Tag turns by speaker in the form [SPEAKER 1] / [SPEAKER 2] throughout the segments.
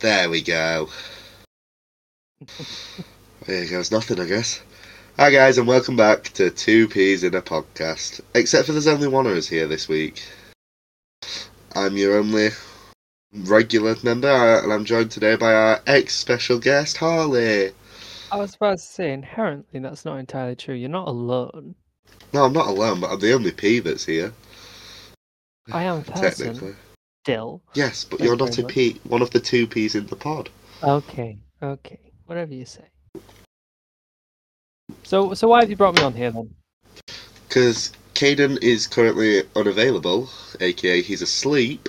[SPEAKER 1] There we go. there goes nothing, I guess. Hi, guys, and welcome back to Two Peas in a Podcast. Except for there's only one of us here this week. I'm your only regular member, uh, and I'm joined today by our ex special guest, Harley.
[SPEAKER 2] I was about to say, inherently, that's not entirely true. You're not alone.
[SPEAKER 1] No, I'm not alone, but I'm the only pea that's here,
[SPEAKER 2] I am person,
[SPEAKER 1] technically.
[SPEAKER 2] still.
[SPEAKER 1] Yes, but
[SPEAKER 2] Thank
[SPEAKER 1] you're
[SPEAKER 2] you
[SPEAKER 1] not a
[SPEAKER 2] very much.
[SPEAKER 1] pea, one of the two peas in the pod.
[SPEAKER 2] Okay, okay. Whatever you say. So, so why have you brought me on here then?
[SPEAKER 1] Because Caden is currently unavailable, aka he's asleep.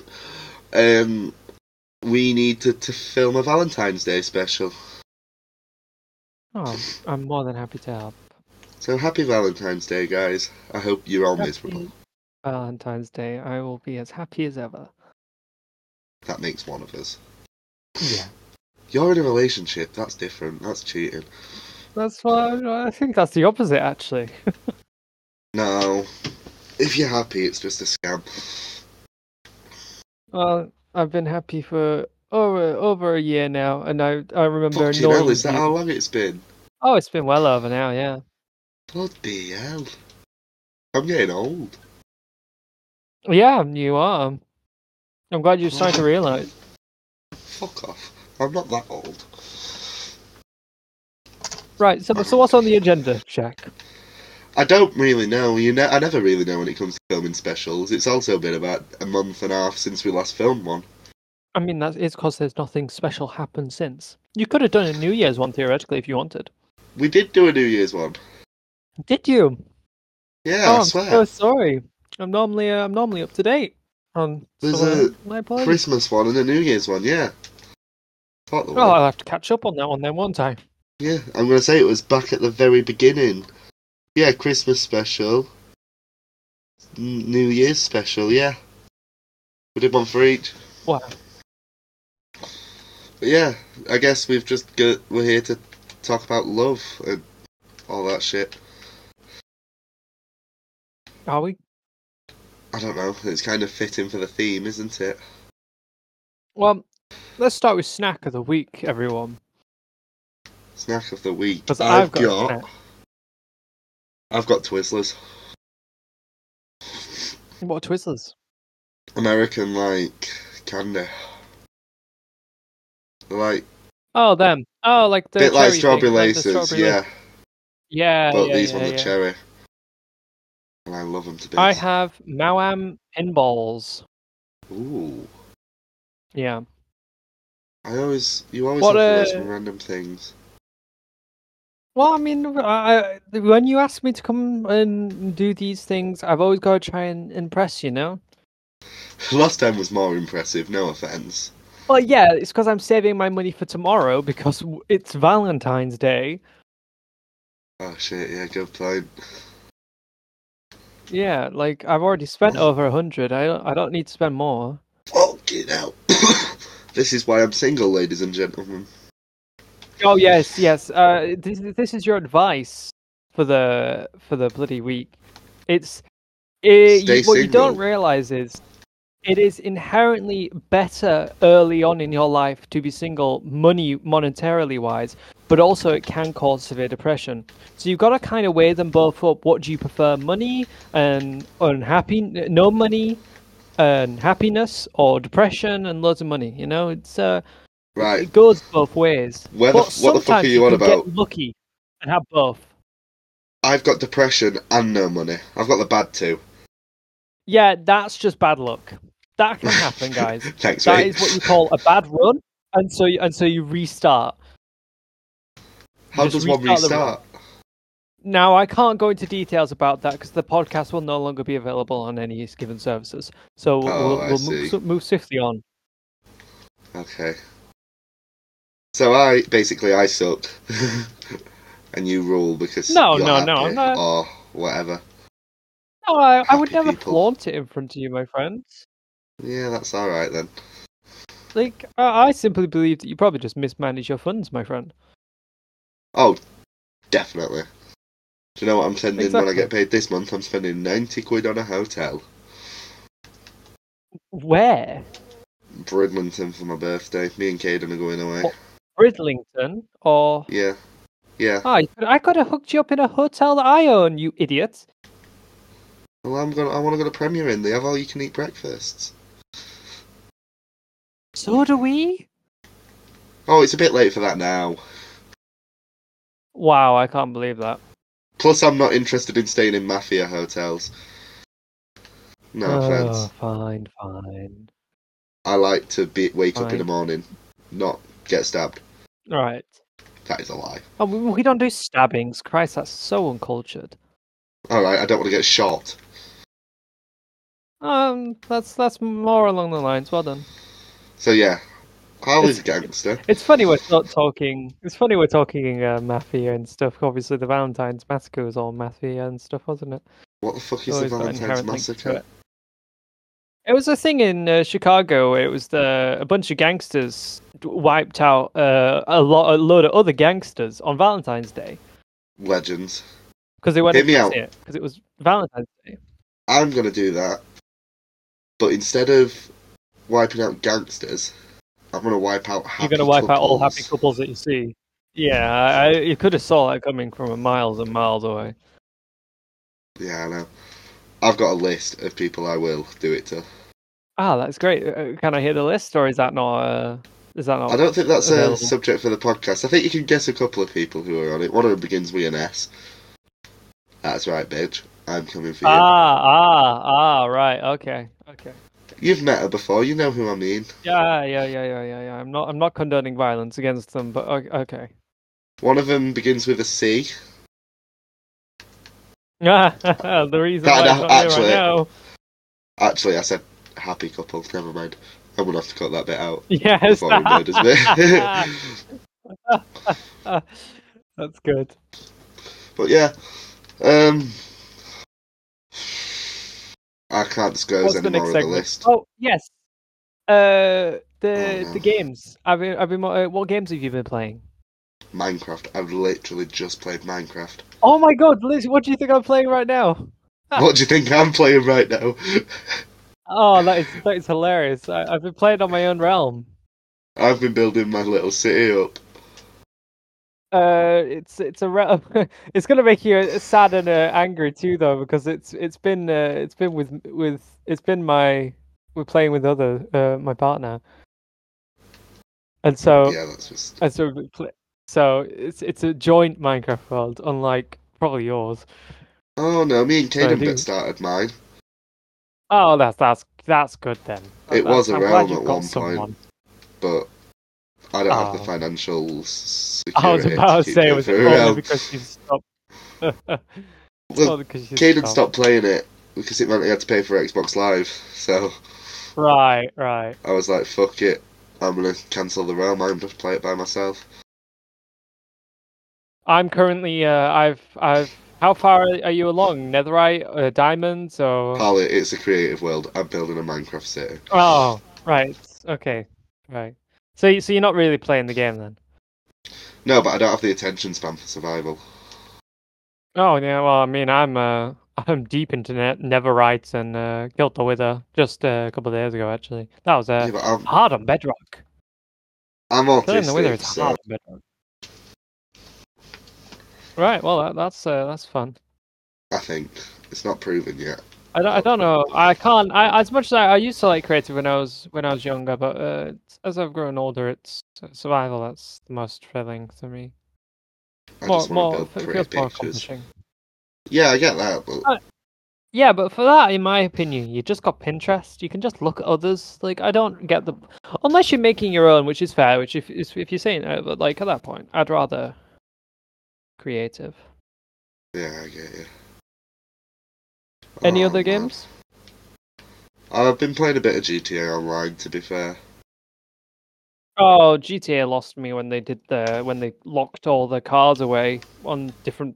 [SPEAKER 1] Um, we need to, to film a Valentine's Day special.
[SPEAKER 2] Oh, I'm- I'm more than happy to help.
[SPEAKER 1] So happy Valentine's Day, guys. I hope you're all
[SPEAKER 2] Happy
[SPEAKER 1] miserable.
[SPEAKER 2] Valentine's Day, I will be as happy as ever.
[SPEAKER 1] That makes one of us.
[SPEAKER 2] Yeah,
[SPEAKER 1] You're in a relationship, that's different, that's cheating.
[SPEAKER 2] that's why I think that's the opposite, actually.
[SPEAKER 1] No. If you're happy, it's just a scam.
[SPEAKER 2] Well, I've been happy for over over a year now, and I I remember
[SPEAKER 1] Fucking hell,
[SPEAKER 2] annoying
[SPEAKER 1] is that
[SPEAKER 2] you-
[SPEAKER 1] how long it's been?
[SPEAKER 2] Oh, it's been well over now, yeah.
[SPEAKER 1] Bloody hell. I'm getting old.
[SPEAKER 2] Yeah, you are. I'm glad you're starting to realize.
[SPEAKER 1] Fuck off. I'm not that old.
[SPEAKER 2] Right, so so what's on the agenda, Jack?
[SPEAKER 1] I don't really know. You know, I never really know when it comes to filming specials. It's also been about a month and a half since we last filmed one.
[SPEAKER 2] I mean, that's it's because there's nothing special happened since. You could have done a New Year's one theoretically if you wanted.
[SPEAKER 1] We did do a New Year's one.
[SPEAKER 2] Did you?
[SPEAKER 1] Yeah,
[SPEAKER 2] oh,
[SPEAKER 1] I
[SPEAKER 2] I'm
[SPEAKER 1] swear.
[SPEAKER 2] so sorry. I'm normally uh, I'm normally up to date on
[SPEAKER 1] There's
[SPEAKER 2] some
[SPEAKER 1] a
[SPEAKER 2] of my plans.
[SPEAKER 1] Christmas one and a New Year's one. Yeah. Thought there
[SPEAKER 2] Well,
[SPEAKER 1] were.
[SPEAKER 2] Oh, I'll have to catch up on that one then, won't I?
[SPEAKER 1] Yeah, I'm gonna say it was back at the very beginning. Yeah, Christmas special, N- New Year's special. Yeah, we did one for each.
[SPEAKER 2] Wow.
[SPEAKER 1] But yeah, I guess we've just got, we're here to talk about love and all that shit.
[SPEAKER 2] Are we?
[SPEAKER 1] I don't know. It's kind of fitting for the theme, isn't it?
[SPEAKER 2] Well, let's start with snack of the week, everyone.
[SPEAKER 1] Snack of the week.
[SPEAKER 2] Because I've got a snack.
[SPEAKER 1] I've got Twizzlers.
[SPEAKER 2] What are Twizzlers?
[SPEAKER 1] American like candy. They're Like
[SPEAKER 2] Oh, them. Oh, like the
[SPEAKER 1] bit
[SPEAKER 2] cherry
[SPEAKER 1] like
[SPEAKER 2] thing,
[SPEAKER 1] strawberry
[SPEAKER 2] like the
[SPEAKER 1] laces,
[SPEAKER 2] strawberry
[SPEAKER 1] yeah.
[SPEAKER 2] lace- Yeah,
[SPEAKER 1] but
[SPEAKER 2] yeah,
[SPEAKER 1] these
[SPEAKER 2] yeah,
[SPEAKER 1] ones
[SPEAKER 2] yeah.
[SPEAKER 1] are cherry, and I love them to bits.
[SPEAKER 2] I have Mauam pinballs.
[SPEAKER 1] Ooh,
[SPEAKER 2] Yeah.
[SPEAKER 1] I always you always
[SPEAKER 2] What
[SPEAKER 1] have
[SPEAKER 2] a-
[SPEAKER 1] those random things.
[SPEAKER 2] Well, I mean, I, I- when you ask me to come and do these things, I've always got to try and impress, you know?
[SPEAKER 1] Last time was more impressive. No offense.
[SPEAKER 2] Well, yeah, it's because I'm saving my money for tomorrow because w- it's Valentine's Day.
[SPEAKER 1] Oh shit, yeah, good point.
[SPEAKER 2] Yeah, like I've already spent over a hundred. I don't, I don't need to spend more.
[SPEAKER 1] Fucking hell. this is why I'm single, ladies and gentlemen.
[SPEAKER 2] Oh yes, yes. Uh, this this is your advice for the for the bloody week. It's it,
[SPEAKER 1] Stay
[SPEAKER 2] you, what you don't
[SPEAKER 1] single.
[SPEAKER 2] realize is it is inherently better early on in your life to be single, money monetarily wise, but also it can cause severe depression. So you've got to kind of weigh them both up. What do you prefer, money and unhappy? No money and happiness, or depression and loads of money? You know, it's uh
[SPEAKER 1] Right,
[SPEAKER 2] it goes both ways.
[SPEAKER 1] Where the
[SPEAKER 2] but
[SPEAKER 1] f- what the fuck are
[SPEAKER 2] sometimes
[SPEAKER 1] you on
[SPEAKER 2] can get
[SPEAKER 1] about?
[SPEAKER 2] Lucky and have both.
[SPEAKER 1] I've got depression and no money. I've got the bad two.
[SPEAKER 2] Yeah, that's just bad luck. That can happen, guys.
[SPEAKER 1] Thanks,
[SPEAKER 2] that
[SPEAKER 1] mate.
[SPEAKER 2] is what you call a bad run, and so you, and so you restart.
[SPEAKER 1] How does
[SPEAKER 2] just
[SPEAKER 1] one
[SPEAKER 2] restart the
[SPEAKER 1] restart?
[SPEAKER 2] Now I can't go into details about that because the podcast will no longer be available on any given services. So we'll,
[SPEAKER 1] Oh, I
[SPEAKER 2] we'll, we'll
[SPEAKER 1] see.
[SPEAKER 2] move, move swiftly on.
[SPEAKER 1] Okay. So I basically I suck, and you rule because
[SPEAKER 2] No,
[SPEAKER 1] you're
[SPEAKER 2] no, no,
[SPEAKER 1] happy
[SPEAKER 2] I'm not-
[SPEAKER 1] or whatever.
[SPEAKER 2] No, I, I would
[SPEAKER 1] Happy
[SPEAKER 2] never
[SPEAKER 1] people.
[SPEAKER 2] flaunt it in front of you, my friend.
[SPEAKER 1] Yeah, that's all right then.
[SPEAKER 2] Like I, I simply believe that you probably just mismanage your funds, my friend.
[SPEAKER 1] Oh, definitely. Do you know what I'm spending when I
[SPEAKER 2] Exactly.
[SPEAKER 1] get paid this month? I'm spending ninety quid on a hotel.
[SPEAKER 2] Where?
[SPEAKER 1] Bridlington for my birthday. Me and Caden are going away.
[SPEAKER 2] What? Bridlington or
[SPEAKER 1] Yeah. Yeah.
[SPEAKER 2] Ah, you could- I could have hooked you up in a hotel that I own, you idiot.
[SPEAKER 1] Well, I'm gonna. I want to go to Premier Inn. They have all you can eat breakfasts.
[SPEAKER 2] So do we.
[SPEAKER 1] Oh, it's a bit late for that now.
[SPEAKER 2] Wow, I can't believe that.
[SPEAKER 1] Plus, I'm not interested in staying in mafia hotels. No
[SPEAKER 2] Uh.
[SPEAKER 1] offense.
[SPEAKER 2] Oh, fine, fine.
[SPEAKER 1] I like to be wake up in
[SPEAKER 2] fine.
[SPEAKER 1] the morning, not get stabbed.
[SPEAKER 2] All right.
[SPEAKER 1] That is a lie.
[SPEAKER 2] Oh, we, we don't do stabbings. Christ, that's so uncultured.
[SPEAKER 1] All right, I don't want to get shot.
[SPEAKER 2] Um, that's that's more along the lines. Well done.
[SPEAKER 1] So yeah, Harley's a
[SPEAKER 2] It's-
[SPEAKER 1] gangster.
[SPEAKER 2] It's funny we're not talking. It's funny we're talking uh, mafia and stuff. Obviously, the Valentine's Massacre was all mafia and stuff, wasn't it?
[SPEAKER 1] What the fuck is
[SPEAKER 2] Always
[SPEAKER 1] the
[SPEAKER 2] got
[SPEAKER 1] Valentine's
[SPEAKER 2] inherent links to
[SPEAKER 1] Massacre?
[SPEAKER 2] It. It was a thing in uh, Chicago. Where it was the a bunch of gangsters d- wiped out uh, a lot, a load of other gangsters on Valentine's Day
[SPEAKER 1] Legends.
[SPEAKER 2] because they went
[SPEAKER 1] Hit me out.
[SPEAKER 2] it because it was Valentine's Day.
[SPEAKER 1] I'm gonna do that, but instead of wiping out gangsters, I'm gonna wipe out. Happy
[SPEAKER 2] You're gonna wipe out all happy
[SPEAKER 1] couples.
[SPEAKER 2] couples that you see. Yeah, I, I, you could have saw that coming from miles and miles away.
[SPEAKER 1] Yeah, I know. I've got a list of people I will do it to.
[SPEAKER 2] Ah, that's great. Uh, Can I hear the list, or is that not? Uh, is that not?
[SPEAKER 1] I don't think that's a
[SPEAKER 2] available.
[SPEAKER 1] subject for the podcast. I think you can guess a couple of people who are on it. One of them begins with an S. That's right, bitch. I'm coming for you.
[SPEAKER 2] Ah, ah, ah. Right. Okay. Okay.
[SPEAKER 1] You've met her before. You know who I mean.
[SPEAKER 2] Yeah, yeah, yeah, yeah, yeah, yeah. I'm not, I'm not condoning violence against them, but o- okay.
[SPEAKER 1] One of them begins with a C.
[SPEAKER 2] Ah, the reason
[SPEAKER 1] That-
[SPEAKER 2] why
[SPEAKER 1] that-
[SPEAKER 2] it's not here
[SPEAKER 1] actually-
[SPEAKER 2] right now.
[SPEAKER 1] Actually, I said happy couple. Never mind. I'm gonna have to cut that bit out.
[SPEAKER 2] Yes.
[SPEAKER 1] Before he murders me.
[SPEAKER 2] Uh, That's good.
[SPEAKER 1] But yeah, um, I can't disclose
[SPEAKER 2] What's
[SPEAKER 1] any
[SPEAKER 2] the
[SPEAKER 1] more
[SPEAKER 2] next
[SPEAKER 1] of the
[SPEAKER 2] segment?
[SPEAKER 1] list.
[SPEAKER 2] Oh yes. Uh, the
[SPEAKER 1] Oh, no.
[SPEAKER 2] the games. I've been, I've been. mo- Uh, what games have you been playing?
[SPEAKER 1] Minecraft. I've literally just played Minecraft.
[SPEAKER 2] Oh my God, Liz, what do you think I'm playing right now?
[SPEAKER 1] What do you think I'm playing right now?
[SPEAKER 2] Oh, that is that is hilarious. I, I've been playing on my own realm.
[SPEAKER 1] I've been building my little city up.
[SPEAKER 2] Uh, it's it's a re- it's gonna make you uh, sad and uh, angry too, though, because it's it's been uh, it's been with with it's been my we're playing with other uh, my partner, and so
[SPEAKER 1] Yeah, that's just.
[SPEAKER 2] and so we pl- so it's it's a joint Minecraft world, unlike probably yours.
[SPEAKER 1] Oh no, me and
[SPEAKER 2] So I
[SPEAKER 1] Caden
[SPEAKER 2] do-
[SPEAKER 1] bit started mine.
[SPEAKER 2] Oh, that's that's that's good then. That-
[SPEAKER 1] It was
[SPEAKER 2] that's-
[SPEAKER 1] a
[SPEAKER 2] I'm glad
[SPEAKER 1] realm
[SPEAKER 2] you've
[SPEAKER 1] at
[SPEAKER 2] got
[SPEAKER 1] one point.
[SPEAKER 2] someone.
[SPEAKER 1] but I don't have the
[SPEAKER 2] Oh.
[SPEAKER 1] financial s- security.
[SPEAKER 2] I was about to
[SPEAKER 1] keep
[SPEAKER 2] say it
[SPEAKER 1] it
[SPEAKER 2] was
[SPEAKER 1] for a
[SPEAKER 2] only
[SPEAKER 1] realm.
[SPEAKER 2] because you stopped.
[SPEAKER 1] Well,
[SPEAKER 2] Only because you
[SPEAKER 1] Caden stopped playing it because it meant he had to pay for Xbox Live. So
[SPEAKER 2] Right, right.
[SPEAKER 1] I was like, "Fuck it, I'm gonna cancel the realm. I'm just play it by myself."
[SPEAKER 2] I'm currently. Uh, I've. I've. How far are you along? Netherite, uh, diamonds, or
[SPEAKER 1] Harley, it's a creative world. I'm building a Minecraft city.
[SPEAKER 2] oh, right. Okay, right. So, you- so you're not really playing the game then?
[SPEAKER 1] No, but I don't have the attention span for survival.
[SPEAKER 2] Oh yeah. Well, I mean, I'm. Uh, I'm deep into ne- Netherite and uh, Guilt the Wither just uh, a couple of days ago. Actually, that was uh,
[SPEAKER 1] yeah, but I'm
[SPEAKER 2] hard on Bedrock.
[SPEAKER 1] I'm
[SPEAKER 2] Killing the Wither
[SPEAKER 1] autistic,
[SPEAKER 2] is
[SPEAKER 1] so
[SPEAKER 2] hard on Bedrock. Right. Well, that, that's uh, that's fun.
[SPEAKER 1] I think it's not proven yet.
[SPEAKER 2] I don't, I don't know. I can't. I as much as I, I used to like creative when I was when I was younger, but uh, it's- as I've grown older, it's survival that's the most thrilling to me.
[SPEAKER 1] I
[SPEAKER 2] More,
[SPEAKER 1] just want to
[SPEAKER 2] more
[SPEAKER 1] build
[SPEAKER 2] it
[SPEAKER 1] pretty
[SPEAKER 2] feels more
[SPEAKER 1] pictures.
[SPEAKER 2] accomplishing.
[SPEAKER 1] Yeah, I get that,
[SPEAKER 2] Oh.
[SPEAKER 1] but
[SPEAKER 2] Yeah, but for that, in my opinion, you just got Pinterest. You can just look at others. Like I don't get the unless you're making your own, which is fair. Which if is- if you're saying uh, but like at that point, I'd rather creative.
[SPEAKER 1] yeah, I get you.
[SPEAKER 2] Any
[SPEAKER 1] Oh,
[SPEAKER 2] other
[SPEAKER 1] man.
[SPEAKER 2] games?
[SPEAKER 1] I've been playing a bit of GTA Online, to be fair.
[SPEAKER 2] Oh, GTA lost me when they did the when they locked all the cars away on different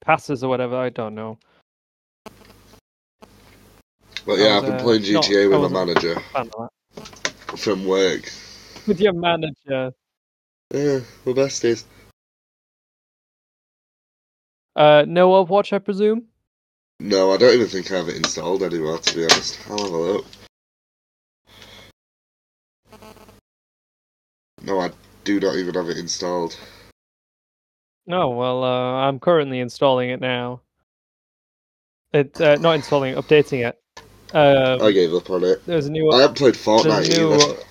[SPEAKER 2] passes or whatever. I don't know.
[SPEAKER 1] But yeah,
[SPEAKER 2] I
[SPEAKER 1] I've
[SPEAKER 2] was,
[SPEAKER 1] been
[SPEAKER 2] uh,
[SPEAKER 1] playing
[SPEAKER 2] not-
[SPEAKER 1] GTA
[SPEAKER 2] I
[SPEAKER 1] with my
[SPEAKER 2] wasn't-
[SPEAKER 1] manager
[SPEAKER 2] Fan of
[SPEAKER 1] from work.
[SPEAKER 2] that. With your manager,
[SPEAKER 1] Yeah, the best is.
[SPEAKER 2] uh, no Overwatch, I presume.
[SPEAKER 1] No, I don't even think I have it installed anymore, to be honest. I'll have a look. No, I do not even have it installed.
[SPEAKER 2] No, well, uh, I'm currently installing it now. It uh, not installing, it, updating it. Uh,
[SPEAKER 1] I gave up on it.
[SPEAKER 2] there's a new.
[SPEAKER 1] I haven't played Fortnite
[SPEAKER 2] there's a new.
[SPEAKER 1] either.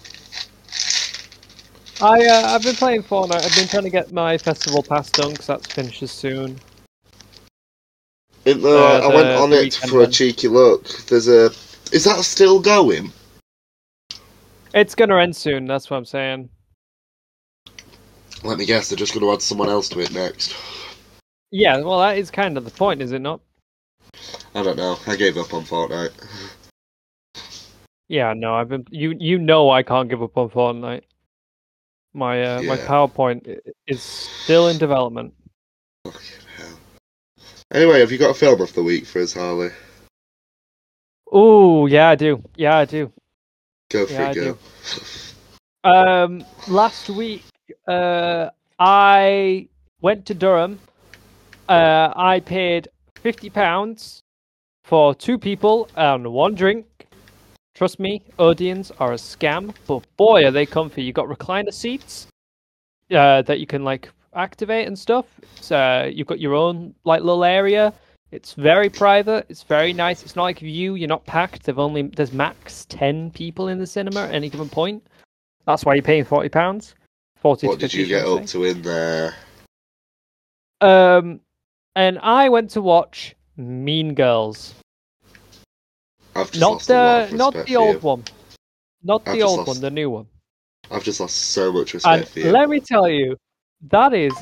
[SPEAKER 2] I uh, I've been playing Fortnite. I've been trying to get my festival pass done because that's finishes soon.
[SPEAKER 1] It, uh,
[SPEAKER 2] Uh,
[SPEAKER 1] I went
[SPEAKER 2] the-
[SPEAKER 1] on
[SPEAKER 2] the
[SPEAKER 1] it
[SPEAKER 2] weekend
[SPEAKER 1] for a
[SPEAKER 2] one.
[SPEAKER 1] cheeky look. There's a. Is that still going?
[SPEAKER 2] It's gonna end soon. That's what I'm saying.
[SPEAKER 1] Let me guess, they're just going to add someone else to it next.
[SPEAKER 2] Yeah, well, that is kind of the point, is it not?
[SPEAKER 1] I don't know. I gave up on Fortnite.
[SPEAKER 2] Yeah, no, I've been. You you know I can't give up on Fortnite. My uh, my
[SPEAKER 1] Yeah.
[SPEAKER 2] PowerPoint i- is still in development.
[SPEAKER 1] Anyway, have you got a film of the week for us, Harley?
[SPEAKER 2] Oh yeah, I do. Yeah, I do.
[SPEAKER 1] Go for
[SPEAKER 2] Yeah,
[SPEAKER 1] it,
[SPEAKER 2] I
[SPEAKER 1] go.
[SPEAKER 2] do. Um, last week, uh, I went to Durham. Uh, I paid fifty pounds for two people and one drink. Trust me, Odeons are a scam, but boy, are they comfy! You got recliner seats uh, that you can like activate and stuff. So you've got your own like little area. It's very private. It's very nice. It's not like you. You're not packed. They've only there's max ten people in the cinema at any given point. That's why you're paying forty pounds. Forty.
[SPEAKER 1] What
[SPEAKER 2] to
[SPEAKER 1] did you
[SPEAKER 2] 50,
[SPEAKER 1] get
[SPEAKER 2] should I
[SPEAKER 1] up
[SPEAKER 2] say.
[SPEAKER 1] to in there?
[SPEAKER 2] Um, and I went to watch Mean Girls,
[SPEAKER 1] I've just
[SPEAKER 2] not
[SPEAKER 1] lost a lot
[SPEAKER 2] the
[SPEAKER 1] of
[SPEAKER 2] not
[SPEAKER 1] respect
[SPEAKER 2] the
[SPEAKER 1] for
[SPEAKER 2] old
[SPEAKER 1] you.
[SPEAKER 2] one, not
[SPEAKER 1] I've
[SPEAKER 2] the
[SPEAKER 1] just
[SPEAKER 2] old
[SPEAKER 1] lost
[SPEAKER 2] one, the new one.
[SPEAKER 1] I've just lost so much respect
[SPEAKER 2] And
[SPEAKER 1] for you.
[SPEAKER 2] let me tell you, that is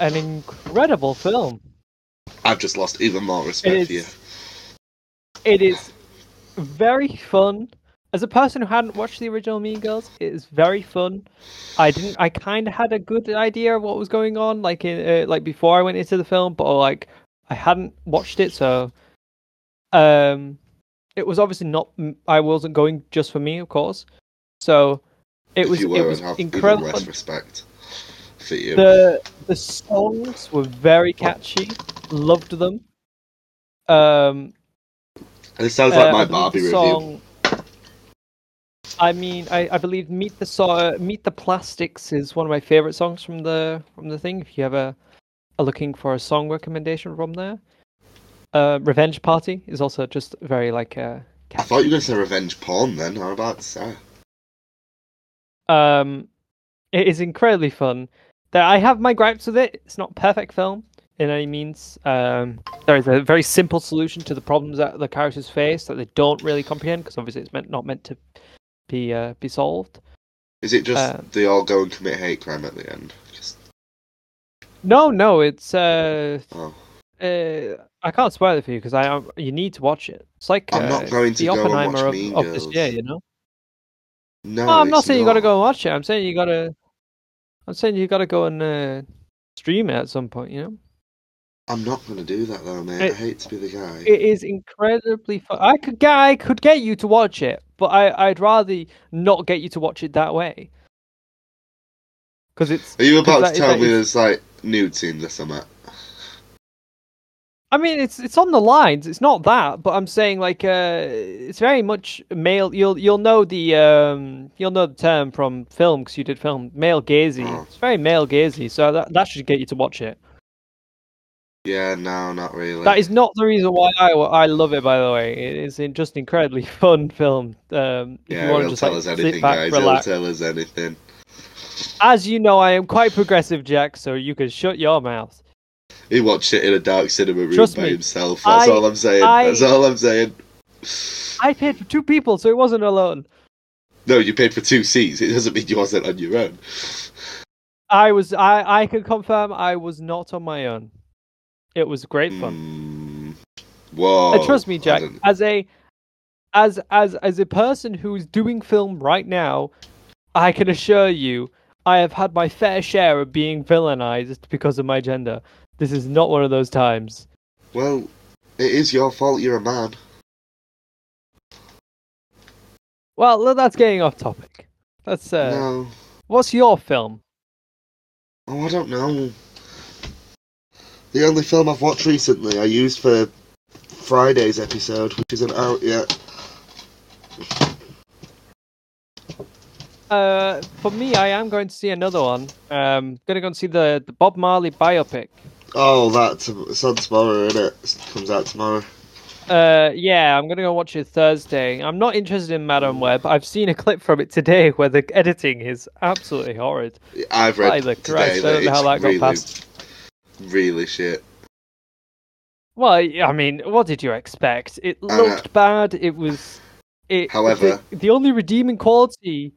[SPEAKER 2] an incredible film.
[SPEAKER 1] I've just lost even more respect
[SPEAKER 2] It
[SPEAKER 1] for you.
[SPEAKER 2] is. It is very fun. As a person who hadn't watched the original Mean Girls, it is very fun. I didn't. I kind of had a good idea of what was going on, like in, uh, like before I went into the film, but like I hadn't watched it, so um, it was obviously not. m- I wasn't going just for me, of course. So it
[SPEAKER 1] If
[SPEAKER 2] was.
[SPEAKER 1] you
[SPEAKER 2] It
[SPEAKER 1] were,
[SPEAKER 2] was
[SPEAKER 1] I'd have
[SPEAKER 2] incredible.
[SPEAKER 1] even less respect for you.
[SPEAKER 2] The the songs were very catchy. Loved them. Um,
[SPEAKER 1] This sounds like
[SPEAKER 2] uh,
[SPEAKER 1] my
[SPEAKER 2] I believe
[SPEAKER 1] Barbie
[SPEAKER 2] the
[SPEAKER 1] review.
[SPEAKER 2] song- I mean, I, I believe "Meet the so- uh, Meet the Plastics" is one of my favorite songs from the from the thing. If you ever are looking for a song recommendation from there, uh, "Revenge Party" is also just very like uh,
[SPEAKER 1] I thought you were going to say revenge porn then. How about Sarah?
[SPEAKER 2] um, it is incredibly fun. There, I have my gripes with it. It's not a perfect film in any means. Um, there is a very simple solution to the problems that the characters face that they don't really comprehend because obviously it's meant not meant to be uh, be solved.
[SPEAKER 1] Is it just
[SPEAKER 2] Um,
[SPEAKER 1] they all go and commit hate crime at the end? Just,
[SPEAKER 2] No, no, it's uh,
[SPEAKER 1] oh.
[SPEAKER 2] uh I can't spoil it for you because I um, you need to watch it. It's like
[SPEAKER 1] I'm
[SPEAKER 2] uh,
[SPEAKER 1] not going to
[SPEAKER 2] the
[SPEAKER 1] go and
[SPEAKER 2] Oppenheimer
[SPEAKER 1] watch
[SPEAKER 2] of,
[SPEAKER 1] Mean
[SPEAKER 2] of this
[SPEAKER 1] Girls.
[SPEAKER 2] year, you know.
[SPEAKER 1] No,
[SPEAKER 2] No, I'm not
[SPEAKER 1] it's
[SPEAKER 2] saying you got to go and watch it. I'm saying you got to. I'm saying you got to go and uh, stream it at some point. You know,
[SPEAKER 1] I'm not going to do that though, mate. I
[SPEAKER 2] It-
[SPEAKER 1] hate to be the guy.
[SPEAKER 2] it is incredibly fun. I could get, I could get you to watch it, but I, I'd rather not get you to watch it that way. Because it's.
[SPEAKER 1] Are you about
[SPEAKER 2] that-
[SPEAKER 1] to tell
[SPEAKER 2] that
[SPEAKER 1] me
[SPEAKER 2] is-
[SPEAKER 1] there's like nude scenes or something?
[SPEAKER 2] I mean, it's it's on the lines. It's not that, but I'm saying like uh, it's very much male. You'll you'll know the um you'll know the term from film because you did film male gazy.
[SPEAKER 1] Oh.
[SPEAKER 2] It's very male gazy, so that that should get you to watch it.
[SPEAKER 1] Yeah, no, not really.
[SPEAKER 2] That is not the reason why I I love it. By the way, it is in- just incredibly fun film. Um, if
[SPEAKER 1] yeah,
[SPEAKER 2] you want to
[SPEAKER 1] he'll
[SPEAKER 2] just
[SPEAKER 1] tell
[SPEAKER 2] like
[SPEAKER 1] us
[SPEAKER 2] sit
[SPEAKER 1] anything,
[SPEAKER 2] back,
[SPEAKER 1] guys.
[SPEAKER 2] relax.
[SPEAKER 1] He'll tell us anything.
[SPEAKER 2] As you know, I am quite progressive, Jack. So you can shut your mouth.
[SPEAKER 1] He watched it in a dark cinema room
[SPEAKER 2] Trust
[SPEAKER 1] by
[SPEAKER 2] me,
[SPEAKER 1] himself. That's
[SPEAKER 2] I-
[SPEAKER 1] all I'm saying.
[SPEAKER 2] I-
[SPEAKER 1] That's all I'm saying.
[SPEAKER 2] I paid for two people, so it wasn't alone.
[SPEAKER 1] No, you paid for two seats. It doesn't mean you wasn't on your own.
[SPEAKER 2] I was I I can confirm I was not on my own. It was great fun.
[SPEAKER 1] Hmm. Whoa.
[SPEAKER 2] and trust me,
[SPEAKER 1] I
[SPEAKER 2] Jack,
[SPEAKER 1] don't-
[SPEAKER 2] as a as as as a person who is doing film right now, I can assure you I have had my fair share of being villainized because of my gender. This is not one of those times.
[SPEAKER 1] Well, it is your fault you're a man.
[SPEAKER 2] Well, look, that's getting off topic. That's uh
[SPEAKER 1] No.
[SPEAKER 2] what's your film?
[SPEAKER 1] Oh, I don't know. The only film I've watched recently I used for Friday's episode, which isn't out yet.
[SPEAKER 2] Uh, for me, I am going to see another one. Um, going to go and see the, the Bob Marley biopic.
[SPEAKER 1] Oh, that's it's on tomorrow, isn't it? It comes out tomorrow.
[SPEAKER 2] Uh, yeah, I'm gonna go watch it Thursday. I'm not interested in Madam Web. I've seen a clip from it today where the editing is absolutely horrid.
[SPEAKER 1] I've read
[SPEAKER 2] By the
[SPEAKER 1] today
[SPEAKER 2] Christ, I
[SPEAKER 1] that
[SPEAKER 2] don't know how
[SPEAKER 1] it's
[SPEAKER 2] that got
[SPEAKER 1] really,
[SPEAKER 2] past.
[SPEAKER 1] really shit.
[SPEAKER 2] Well, yeah, I mean, what did you expect? It
[SPEAKER 1] know.
[SPEAKER 2] looked bad. It was. It,
[SPEAKER 1] Uh, However-
[SPEAKER 2] the, the only redeeming quality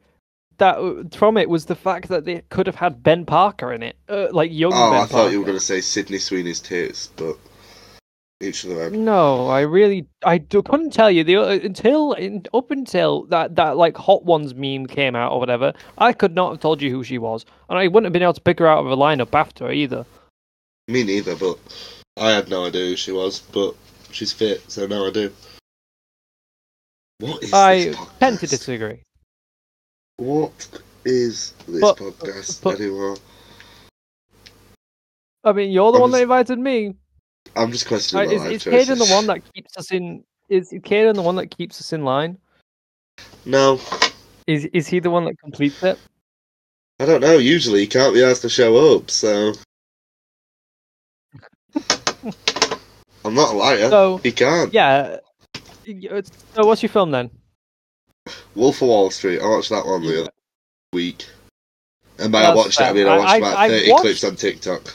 [SPEAKER 2] that from it was the fact that they could have had Ben Parker in it, uh, like young
[SPEAKER 1] Oh,
[SPEAKER 2] Ben
[SPEAKER 1] I thought
[SPEAKER 2] Parker.
[SPEAKER 1] you were going to say Sydney Sweeney's tits, but each of their own.
[SPEAKER 2] No, I really, I d- couldn't tell you the uh, until in, up until that that like hot ones meme came out or whatever. I could not have told you who she was, and I wouldn't have been able to pick her out of a lineup after either.
[SPEAKER 1] Me neither, but I had no idea who she was, but she's fit, so now I do. What is
[SPEAKER 2] I
[SPEAKER 1] this podcast?
[SPEAKER 2] tend to disagree.
[SPEAKER 1] What is this
[SPEAKER 2] But-
[SPEAKER 1] podcast
[SPEAKER 2] but-
[SPEAKER 1] anymore?
[SPEAKER 2] I mean, you're the
[SPEAKER 1] I'm
[SPEAKER 2] one that
[SPEAKER 1] just-
[SPEAKER 2] invited me.
[SPEAKER 1] I'm just
[SPEAKER 2] I,
[SPEAKER 1] questioning my
[SPEAKER 2] is
[SPEAKER 1] life
[SPEAKER 2] is
[SPEAKER 1] choices.
[SPEAKER 2] Caden the one that keeps us in? Is Caden the one that keeps us in line?
[SPEAKER 1] No,
[SPEAKER 2] Is is he the one that completes it?
[SPEAKER 1] I don't know. Usually, you can't be asked to show up, so I'm not a liar.
[SPEAKER 2] So
[SPEAKER 1] He can't.
[SPEAKER 2] yeah. y- y- So what's your film then?
[SPEAKER 1] Wolf of Wall Street. I watched that one the other week, and by I
[SPEAKER 2] That's
[SPEAKER 1] watched it, I
[SPEAKER 2] fair.
[SPEAKER 1] mean I
[SPEAKER 2] I-
[SPEAKER 1] watched
[SPEAKER 2] I-
[SPEAKER 1] about
[SPEAKER 2] I've
[SPEAKER 1] 30
[SPEAKER 2] watched-
[SPEAKER 1] clips on TikTok.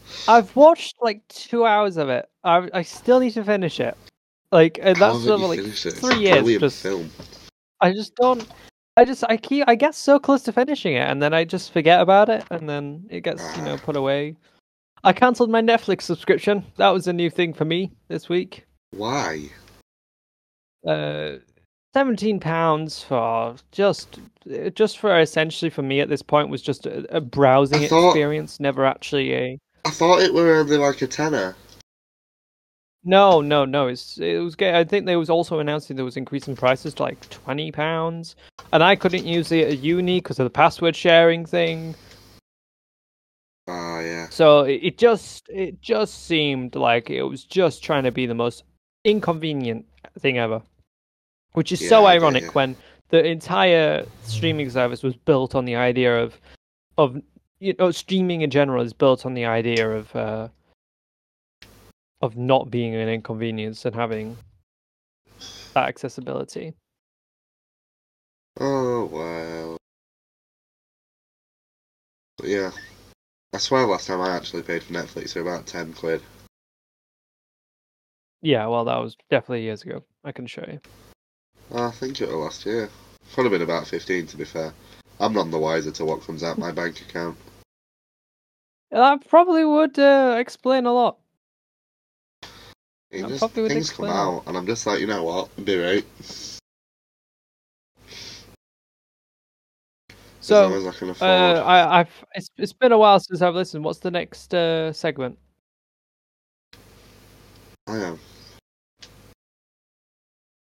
[SPEAKER 2] I've watched like two hours of it. I I still need to finish it. Like and
[SPEAKER 1] How
[SPEAKER 2] that's
[SPEAKER 1] haven't
[SPEAKER 2] sort
[SPEAKER 1] you
[SPEAKER 2] of, like
[SPEAKER 1] finished it? It's a
[SPEAKER 2] three years,
[SPEAKER 1] brilliant
[SPEAKER 2] just-
[SPEAKER 1] film.
[SPEAKER 2] I just don't. I just I keep I get so close to finishing it and then I just forget about it and then it gets you know put away. I cancelled my Netflix subscription. That was a new thing for me this week.
[SPEAKER 1] Why?
[SPEAKER 2] Uh, seventeen pounds for just just for essentially for me at this point was just a, a browsing
[SPEAKER 1] I thought-
[SPEAKER 2] experience, never actually a.
[SPEAKER 1] I thought it were only like a tenner.
[SPEAKER 2] No, no, no. It's it was. ga- I think they was also announcing there was increasing prices to like twenty pounds, and I couldn't use it at uni because of the password sharing thing.
[SPEAKER 1] Ah, yeah.
[SPEAKER 2] So it, it just it just seemed like it was just trying to be the most inconvenient thing ever, which is so
[SPEAKER 1] Yeah, yeah,
[SPEAKER 2] ironic
[SPEAKER 1] yeah.
[SPEAKER 2] when the entire streaming service was built on the idea of of you know streaming in general is built on the idea of uh, of not being an inconvenience and having that accessibility.
[SPEAKER 1] Oh wow. But yeah, I swear last time I actually paid for Netflix for about ten quid.
[SPEAKER 2] Yeah, well, that was definitely years ago. I can show you.
[SPEAKER 1] I think it was last year. Could have been about fifteen to be fair. I'm none the wiser to what comes out my bank account.
[SPEAKER 2] And That probably would uh, explain a lot.
[SPEAKER 1] It
[SPEAKER 2] That
[SPEAKER 1] just-
[SPEAKER 2] probably would
[SPEAKER 1] things come
[SPEAKER 2] explain it.
[SPEAKER 1] out, and I'm just like, you know what, be right.
[SPEAKER 2] So.
[SPEAKER 1] as long as I can afford.
[SPEAKER 2] Uh, I, I've it's, it's been a while since I've listened. What's the next uh, segment?
[SPEAKER 1] I am.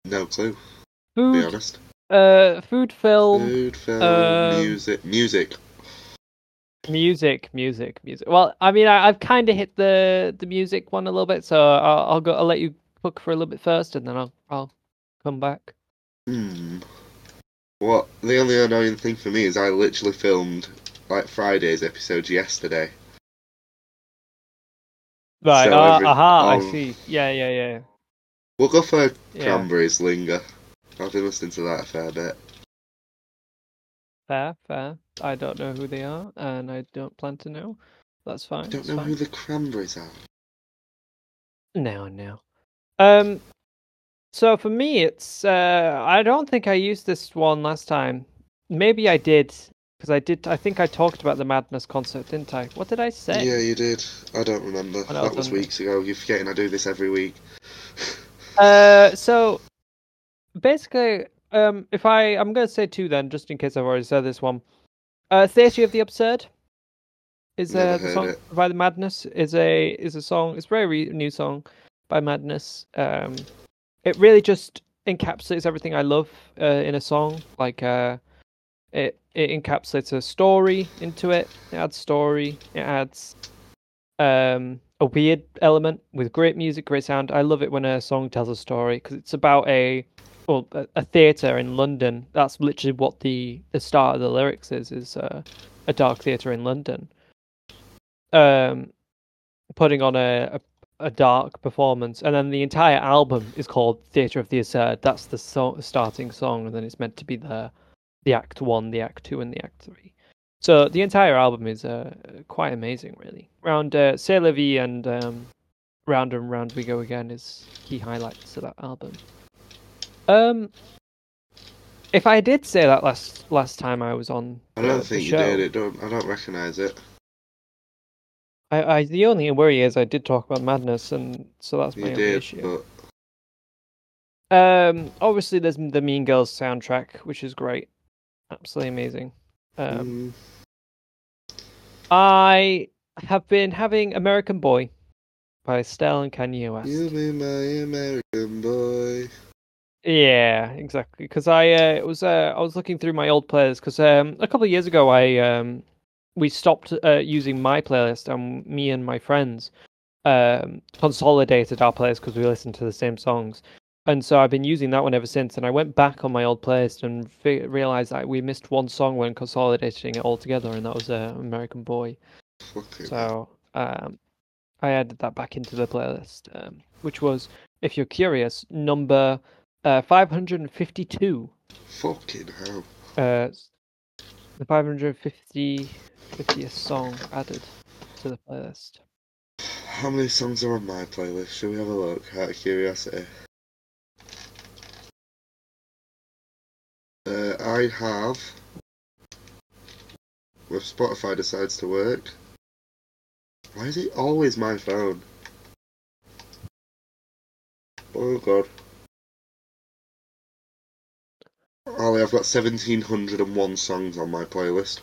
[SPEAKER 1] No clue. To be
[SPEAKER 2] Food,
[SPEAKER 1] honest.
[SPEAKER 2] uh, food, film,
[SPEAKER 1] Food, film,
[SPEAKER 2] um,
[SPEAKER 1] music, music. Uh,
[SPEAKER 2] music, music, music. Well, I mean, I, I've kind of hit the the music one a little bit, so I'll, I'll go. I'll let you cook for a little bit first, and then I'll I'll come back.
[SPEAKER 1] Hmm. What the only annoying thing for me is I literally filmed like Friday's episode yesterday.
[SPEAKER 2] Right.
[SPEAKER 1] So
[SPEAKER 2] ah,
[SPEAKER 1] every-
[SPEAKER 2] aha. I
[SPEAKER 1] um,
[SPEAKER 2] see. Yeah. Yeah. Yeah.
[SPEAKER 1] We'll go for
[SPEAKER 2] Yeah.
[SPEAKER 1] Cranberries Linger. I've been listening to that a fair bit.
[SPEAKER 2] Fair. Fair. I don't know who they are, and I don't plan to know. That's fine.
[SPEAKER 1] I don't
[SPEAKER 2] it's
[SPEAKER 1] know
[SPEAKER 2] fine.
[SPEAKER 1] who the Cranberries are.
[SPEAKER 2] No, no. Um, so for me, it's uh, I don't think I used this one last time. Maybe I did because I did. I think I talked about the Madness concert, didn't I? What did I say?
[SPEAKER 1] Yeah, you did. I don't remember.
[SPEAKER 2] I know,
[SPEAKER 1] that was
[SPEAKER 2] don't know.
[SPEAKER 1] weeks ago. You're forgetting I do this every week.
[SPEAKER 2] Uh, so basically, um, if I I'm gonna say two then, just in case I've already said this one. Uh, Theatre of the Absurd is uh,
[SPEAKER 1] Never
[SPEAKER 2] the
[SPEAKER 1] heard
[SPEAKER 2] song
[SPEAKER 1] it.
[SPEAKER 2] by the Madness is a is a song. It's a very re- new song by Madness. Um, it really just encapsulates everything I love uh, in a song. Like uh, it it encapsulates a story into it. It adds story. It adds um a weird element with great music, great sound. I love it when a song tells a story because it's about a well, a, a theatre in London. That's literally what the the start of the lyrics is is uh, a dark theatre in London. Um, putting on a, a a dark performance, and then the entire album is called Theatre of the Absurd. That's the so- starting song, and then it's meant to be the the Act One, the Act Two, and the Act Three. So the entire album is uh, quite amazing, really. Round uh, C'est la vie and um, Round and Round We Go Again is key highlights of that album. Um, if I did say that last last time I was on,
[SPEAKER 1] I
[SPEAKER 2] uh,
[SPEAKER 1] don't
[SPEAKER 2] the
[SPEAKER 1] think you
[SPEAKER 2] show,
[SPEAKER 1] did. It don't. I don't recognise it.
[SPEAKER 2] I, I the only worry is I did talk about madness, and so that's my
[SPEAKER 1] You
[SPEAKER 2] only
[SPEAKER 1] did,
[SPEAKER 2] issue.
[SPEAKER 1] but
[SPEAKER 2] Um, obviously there's the Mean Girls soundtrack, which is great, absolutely amazing. Um,
[SPEAKER 1] mm,
[SPEAKER 2] I have been having American Boy by Estelle and Kanye West.
[SPEAKER 1] you mm, be my American boy.
[SPEAKER 2] Yeah, exactly. Because I uh, it was uh, I was looking through my old playlists because um, a couple of years ago I um, we stopped uh, using my playlist and me and my friends um, consolidated our playlist because we listened to the same songs, and so I've been using that one ever since. And I went back on my old playlist and fi- realized that we missed one song when consolidating it all together, and that was uh, American Boy.
[SPEAKER 1] Fucking
[SPEAKER 2] So um, I added that back into the playlist, um, which was, if you're curious, number uh, 552.
[SPEAKER 1] fucking hell.
[SPEAKER 2] Uh, s- the 550 50th song added to the playlist.
[SPEAKER 1] How many songs are on my playlist? Should we have a look out of curiosity? Uh, I have. If Spotify decides to work. Why is it always my phone? Oh god. Ollie, I've got 1701 songs on my playlist.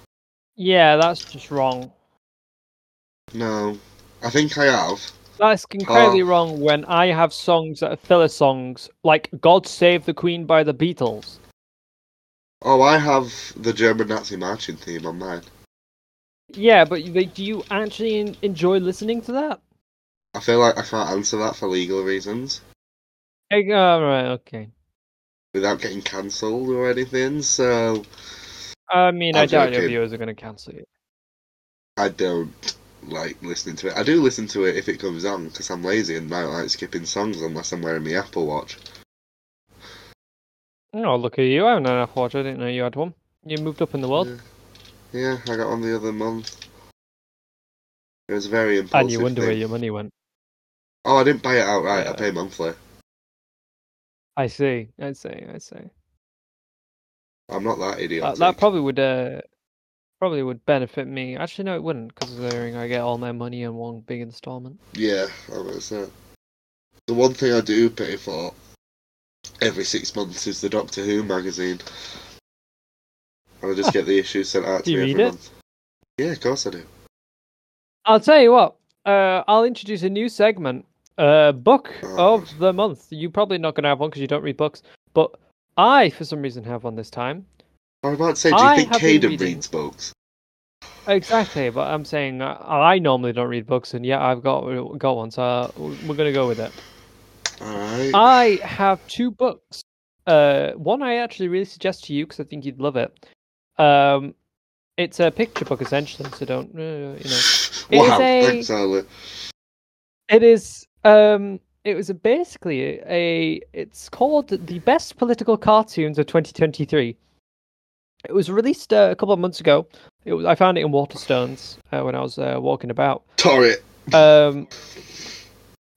[SPEAKER 2] Yeah, that's just wrong.
[SPEAKER 1] No. I think I have.
[SPEAKER 2] That's incredibly wrong when I have songs that are filler songs, like God Save the Queen by the Beatles.
[SPEAKER 1] Oh, I have the German Nazi marching theme on mine.
[SPEAKER 2] Yeah, but you- do you actually en- enjoy listening to that?
[SPEAKER 1] I feel like I can't answer that for legal reasons
[SPEAKER 2] Like, all right, okay.
[SPEAKER 1] without getting cancelled or anything, so
[SPEAKER 2] I mean, I
[SPEAKER 1] I'm
[SPEAKER 2] doubt your
[SPEAKER 1] joking.
[SPEAKER 2] viewers are going to cancel you.
[SPEAKER 1] I don't like listening to it. I do listen to it if it comes on because I'm lazy and don't like skipping songs unless I'm wearing my Apple Watch.
[SPEAKER 2] Oh, look at you. I haven't had enough watch. I didn't know you had one. You moved up in the world.
[SPEAKER 1] Yeah. Yeah, I got one the other month. It was a very impulsive.
[SPEAKER 2] and you wonder where
[SPEAKER 1] thing.
[SPEAKER 2] your money went.
[SPEAKER 1] Oh, I didn't buy it outright. I
[SPEAKER 2] Yeah.
[SPEAKER 1] pay monthly.
[SPEAKER 2] I see. I see. I see.
[SPEAKER 1] I'm not that
[SPEAKER 2] That,
[SPEAKER 1] idiotic.
[SPEAKER 2] that probably would uh, probably would benefit me. Actually, no, it wouldn't, considering I get all my money in one big installment.
[SPEAKER 1] Yeah, I would say. The one thing I do pay for every six months is the Doctor Who magazine. And I just get the issues sent out to
[SPEAKER 2] Do you
[SPEAKER 1] me
[SPEAKER 2] read
[SPEAKER 1] every
[SPEAKER 2] it?
[SPEAKER 1] month. Yeah, of course I do.
[SPEAKER 2] I'll tell you what. Uh, I'll introduce a new segment. Uh, book
[SPEAKER 1] Oh,
[SPEAKER 2] of the month. You're probably not going to have one because you don't read books, but I, for some reason, have one this time.
[SPEAKER 1] I was about to say, do you
[SPEAKER 2] I
[SPEAKER 1] think
[SPEAKER 2] have been
[SPEAKER 1] Caden
[SPEAKER 2] reading-
[SPEAKER 1] reads books?
[SPEAKER 2] Exactly, but I'm saying uh, I normally don't read books, and yeah, I've got got one, so uh, we're gonna go with it.
[SPEAKER 1] Alright.
[SPEAKER 2] I have two books. Uh, one I actually really suggest to you because I think you'd love it. Um, it's a picture book essentially, so don't uh, you know. is
[SPEAKER 1] wow,
[SPEAKER 2] a-
[SPEAKER 1] thanks, Ollie.
[SPEAKER 2] It is um, it was a, basically a it's called the best political cartoons of 2023. It was released uh, a couple of months ago. It was, I found it in Waterstones uh, when I was uh, walking about.
[SPEAKER 1] Tore it.
[SPEAKER 2] Um,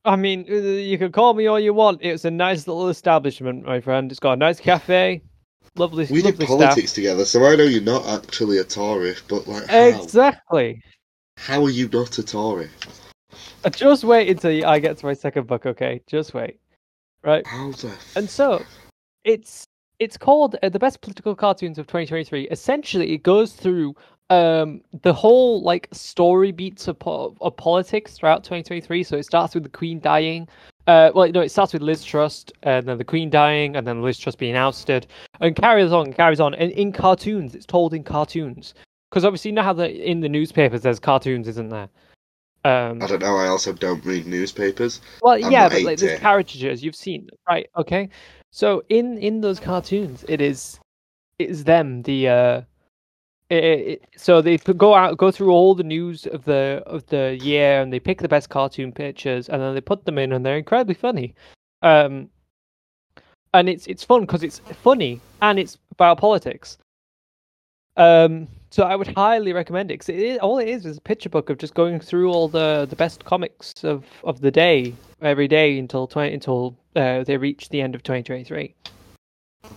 [SPEAKER 2] I mean, uh, you can call me all you want. It's a nice little establishment, my friend. It's got a nice cafe, lovely,
[SPEAKER 1] We did
[SPEAKER 2] lovely
[SPEAKER 1] politics together, so I know you're not actually a Tory, but like, how?
[SPEAKER 2] staff. Exactly.
[SPEAKER 1] How are you not a Tory?
[SPEAKER 2] Uh, Just wait until I get to my second book, okay? Just wait. Right.
[SPEAKER 1] How the. F-
[SPEAKER 2] And so, it's it's called uh, the best political cartoons of 2023. Essentially, it goes through um the whole like story beats of, po- of politics throughout 2023. So it starts with the Queen dying. Uh, well, no, it starts with Liz Trust, and then the Queen dying, and then Liz Trust being ousted, and carries on, carries on, and in cartoons, it's told in cartoons. Because obviously, you know how the, in the newspapers there's cartoons, isn't there? Um,
[SPEAKER 1] I don't know. I also don't read newspapers.
[SPEAKER 2] well,
[SPEAKER 1] I'm
[SPEAKER 2] yeah,
[SPEAKER 1] not
[SPEAKER 2] but like there's
[SPEAKER 1] 80.
[SPEAKER 2] caricatures you've seen, them, right? Okay, so in in those cartoons, it is it is them the. uh it, it, it- so they p- go out, go through all the news of the of the year, and they pick the best cartoon pictures, and then they put them in, and they're incredibly funny. Um, and it's it's fun because it's funny and it's about politics. Um, so I would highly recommend it because it is, all it is is a picture book of just going through all the, the best comics of, of the day every day until 20, until uh, they reach the end of 2023.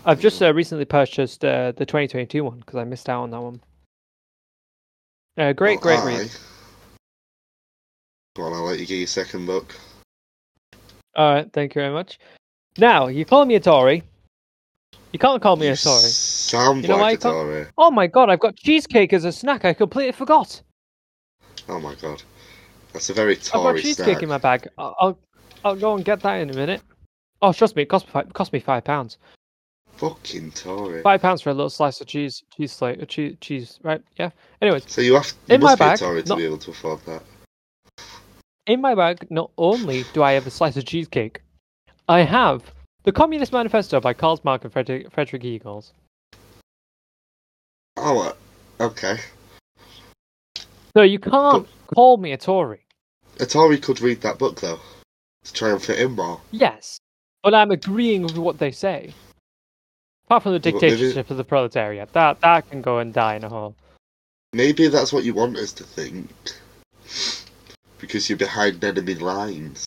[SPEAKER 2] I've just uh, recently purchased uh, the 2022 one because I missed out on that one. Uh, great,
[SPEAKER 1] Well,
[SPEAKER 2] great read.
[SPEAKER 1] I- Go on, I'll let you get your second book.
[SPEAKER 2] All right, thank you very much. Now you call me a Tory. You can't call me
[SPEAKER 1] You
[SPEAKER 2] a Tory.
[SPEAKER 1] Sound
[SPEAKER 2] Oh, You know why I
[SPEAKER 1] like a
[SPEAKER 2] can't-
[SPEAKER 1] Tory.
[SPEAKER 2] Oh my god, I've got cheesecake as a snack. I completely forgot.
[SPEAKER 1] Oh my god, that's a very
[SPEAKER 2] I've got
[SPEAKER 1] Tory
[SPEAKER 2] cheesecake
[SPEAKER 1] snack.
[SPEAKER 2] in my bag. I'll, I'll I'll go and get that in a minute. Oh, trust me, it cost me five, cost me five pounds.
[SPEAKER 1] Fucking Tory.
[SPEAKER 2] Five pounds for a little slice of cheese, cheese slate, uh, cheese, cheese, right? Yeah. Anyways,
[SPEAKER 1] So you have you
[SPEAKER 2] In my
[SPEAKER 1] must be
[SPEAKER 2] bag,
[SPEAKER 1] a Tory to
[SPEAKER 2] not-
[SPEAKER 1] be able to afford that.
[SPEAKER 2] in my bag, not only do I have a slice of cheesecake, I have the Communist Manifesto by Karl Marx and Frederick, Frederick Eagles.
[SPEAKER 1] Oh, uh, okay.
[SPEAKER 2] So you can't call me a Tory.
[SPEAKER 1] A Tory could read that book though to try and fit in more.
[SPEAKER 2] Yes, but I'm agreeing with what they say. Apart from the
[SPEAKER 1] But maybe-
[SPEAKER 2] dictatorship of the proletariat, that that can go and die in a hole.
[SPEAKER 1] Maybe that's what you want us to think, because you're behind enemy lines.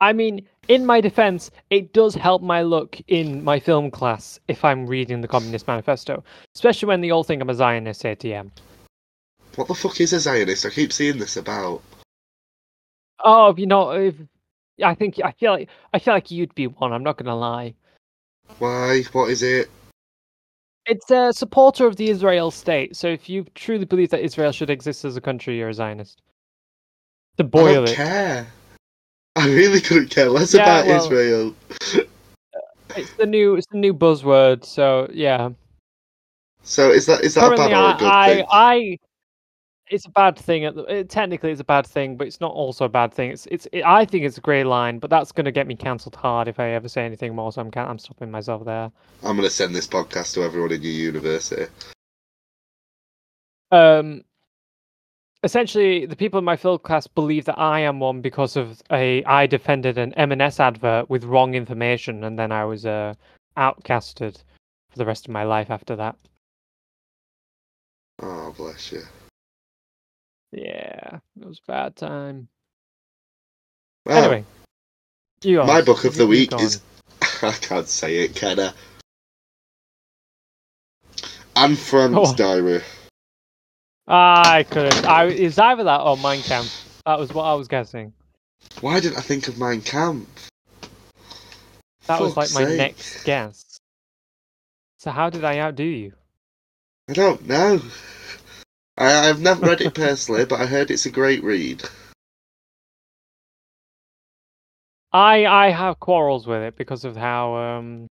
[SPEAKER 2] I mean, in my defense, it does help my look in my film class if I'm reading the Communist Manifesto, especially when they all think I'm a Zionist ATM.
[SPEAKER 1] What the fuck is a Zionist? I keep seeing this about.
[SPEAKER 2] Oh, you know, if, I think I feel like I feel like you'd be one. I'm not gonna lie.
[SPEAKER 1] Why? What is it?
[SPEAKER 2] It's a supporter of the Israel state. So if you truly believe that Israel should exist as a country, you're a Zionist. To
[SPEAKER 1] I
[SPEAKER 2] boil
[SPEAKER 1] don't
[SPEAKER 2] it,
[SPEAKER 1] care. I really couldn't care less
[SPEAKER 2] Yeah,
[SPEAKER 1] about
[SPEAKER 2] well-
[SPEAKER 1] Israel.
[SPEAKER 2] it's the new it's the new buzzword. So yeah.
[SPEAKER 1] So is that is that a bad
[SPEAKER 2] Currently,
[SPEAKER 1] or a good
[SPEAKER 2] I,
[SPEAKER 1] thing?
[SPEAKER 2] I, I, it's a bad thing. At the, it, technically, it's a bad thing, but it's not also a bad thing. It's, it's. It, I think it's a grey line, but that's going to get me cancelled hard if I ever say anything more. So I'm, can, I'm stopping myself there.
[SPEAKER 1] I'm gonna send this podcast to everyone in your university.
[SPEAKER 2] Um, essentially, the people in my field class believe that I am one because of a. I defended an M&S advert with wrong information, and then I was uh, outcasted for the rest of my life after that.
[SPEAKER 1] Oh bless you.
[SPEAKER 2] Yeah, it was a bad time.
[SPEAKER 1] Well,
[SPEAKER 2] Anyway, you
[SPEAKER 1] Oh. my
[SPEAKER 2] asked,
[SPEAKER 1] book of
[SPEAKER 2] you-
[SPEAKER 1] the
[SPEAKER 2] you
[SPEAKER 1] week
[SPEAKER 2] go
[SPEAKER 1] is
[SPEAKER 2] on.
[SPEAKER 1] I can't say it, can I? Anne Frank's
[SPEAKER 2] Go on.
[SPEAKER 1] diary.
[SPEAKER 2] I couldn't. I it's either that or Mein Kampf. That was what I was guessing.
[SPEAKER 1] Why didn't I think of Mein Kampf?
[SPEAKER 2] That was like
[SPEAKER 1] Fuck's
[SPEAKER 2] my
[SPEAKER 1] sake.
[SPEAKER 2] next guess. So how did I outdo you?
[SPEAKER 1] I don't know. I, I've never read it personally, but I heard it's a great read.
[SPEAKER 2] I I have quarrels with it because of how um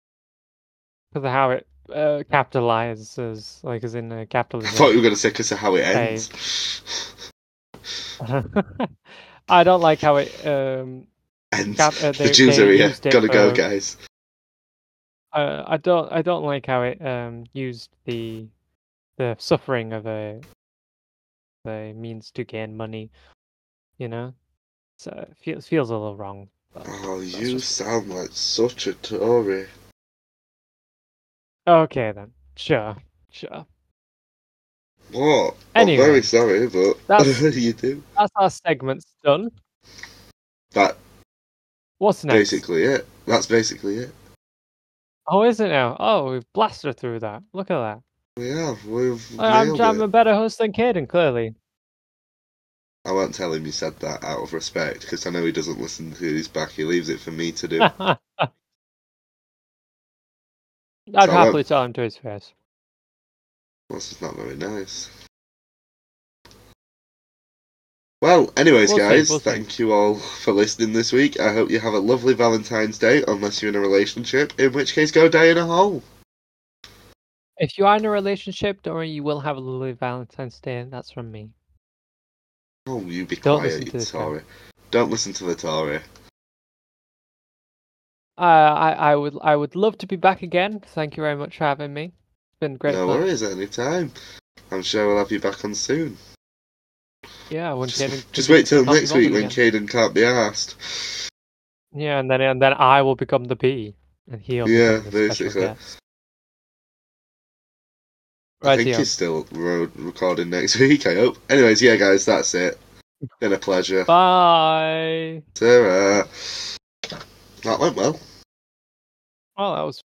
[SPEAKER 2] because of how it uh, capitalizes like as in uh,
[SPEAKER 1] I thought
[SPEAKER 2] capitalism.
[SPEAKER 1] you were going to say because of how it
[SPEAKER 2] Hey.
[SPEAKER 1] ends.
[SPEAKER 2] I don't like how it um
[SPEAKER 1] Ends.
[SPEAKER 2] Cap- uh,
[SPEAKER 1] the
[SPEAKER 2] they-
[SPEAKER 1] Jews
[SPEAKER 2] they
[SPEAKER 1] are here.
[SPEAKER 2] used it
[SPEAKER 1] Gotta go,
[SPEAKER 2] for-
[SPEAKER 1] guys.
[SPEAKER 2] uh, I don't I don't like how it um used the the suffering of a the means to gain money, you know. So it feels feels a little wrong. but
[SPEAKER 1] Oh,
[SPEAKER 2] that's
[SPEAKER 1] you
[SPEAKER 2] just-
[SPEAKER 1] sound like such a Tory.
[SPEAKER 2] Okay then, sure, sure.
[SPEAKER 1] What?
[SPEAKER 2] Anyway.
[SPEAKER 1] I'm very sorry, but
[SPEAKER 2] That's-
[SPEAKER 1] you do.
[SPEAKER 2] That's our segments done.
[SPEAKER 1] That's
[SPEAKER 2] What's next?
[SPEAKER 1] basically it. That's basically it.
[SPEAKER 2] Oh, is it now? Oh, we've blasted through that. Look at that.
[SPEAKER 1] We have. We've
[SPEAKER 2] I- I'm,
[SPEAKER 1] nailed
[SPEAKER 2] I'm
[SPEAKER 1] it.
[SPEAKER 2] a better host than Caden, clearly.
[SPEAKER 1] I won't tell him you said that out of respect because I know he doesn't listen to his back. He leaves it for me to do.
[SPEAKER 2] I'd
[SPEAKER 1] won't-
[SPEAKER 2] happily tell him to his face.
[SPEAKER 1] That's just not very nice. Well, anyways,
[SPEAKER 2] We'll see,
[SPEAKER 1] guys,
[SPEAKER 2] we'll see.
[SPEAKER 1] thank you all for listening this week. I hope you have a lovely Valentine's Day, unless you're in a relationship, in which case, go day in a hole.
[SPEAKER 2] If you are in a relationship, don't worry, you will have a lovely Valentine's Day. That's from me.
[SPEAKER 1] Oh, you be
[SPEAKER 2] Don't listen
[SPEAKER 1] quiet,
[SPEAKER 2] to
[SPEAKER 1] you
[SPEAKER 2] this guy.
[SPEAKER 1] Tory. Don't listen to the Tory.
[SPEAKER 2] Uh, I I would I would love to be back again. Thank you very much for having me. It's been great.
[SPEAKER 1] no
[SPEAKER 2] fun.
[SPEAKER 1] worries, any time. I'm sure we'll have you back on soon.
[SPEAKER 2] Yeah, I wouldn't get in-
[SPEAKER 1] Just, just wait till
[SPEAKER 2] can't be
[SPEAKER 1] next week
[SPEAKER 2] bothered
[SPEAKER 1] when Caden can't be asked.
[SPEAKER 2] Yeah, and then and then I will become the bee, and he'll
[SPEAKER 1] Yeah,
[SPEAKER 2] become the special
[SPEAKER 1] basically.
[SPEAKER 2] guest.
[SPEAKER 1] I
[SPEAKER 2] Right,
[SPEAKER 1] think
[SPEAKER 2] yeah.
[SPEAKER 1] he's still ro- recording next week, I hope. Anyways, yeah, guys, that's it. Been a pleasure.
[SPEAKER 2] Bye.
[SPEAKER 1] Ta-ra. That went well.
[SPEAKER 2] Well, that was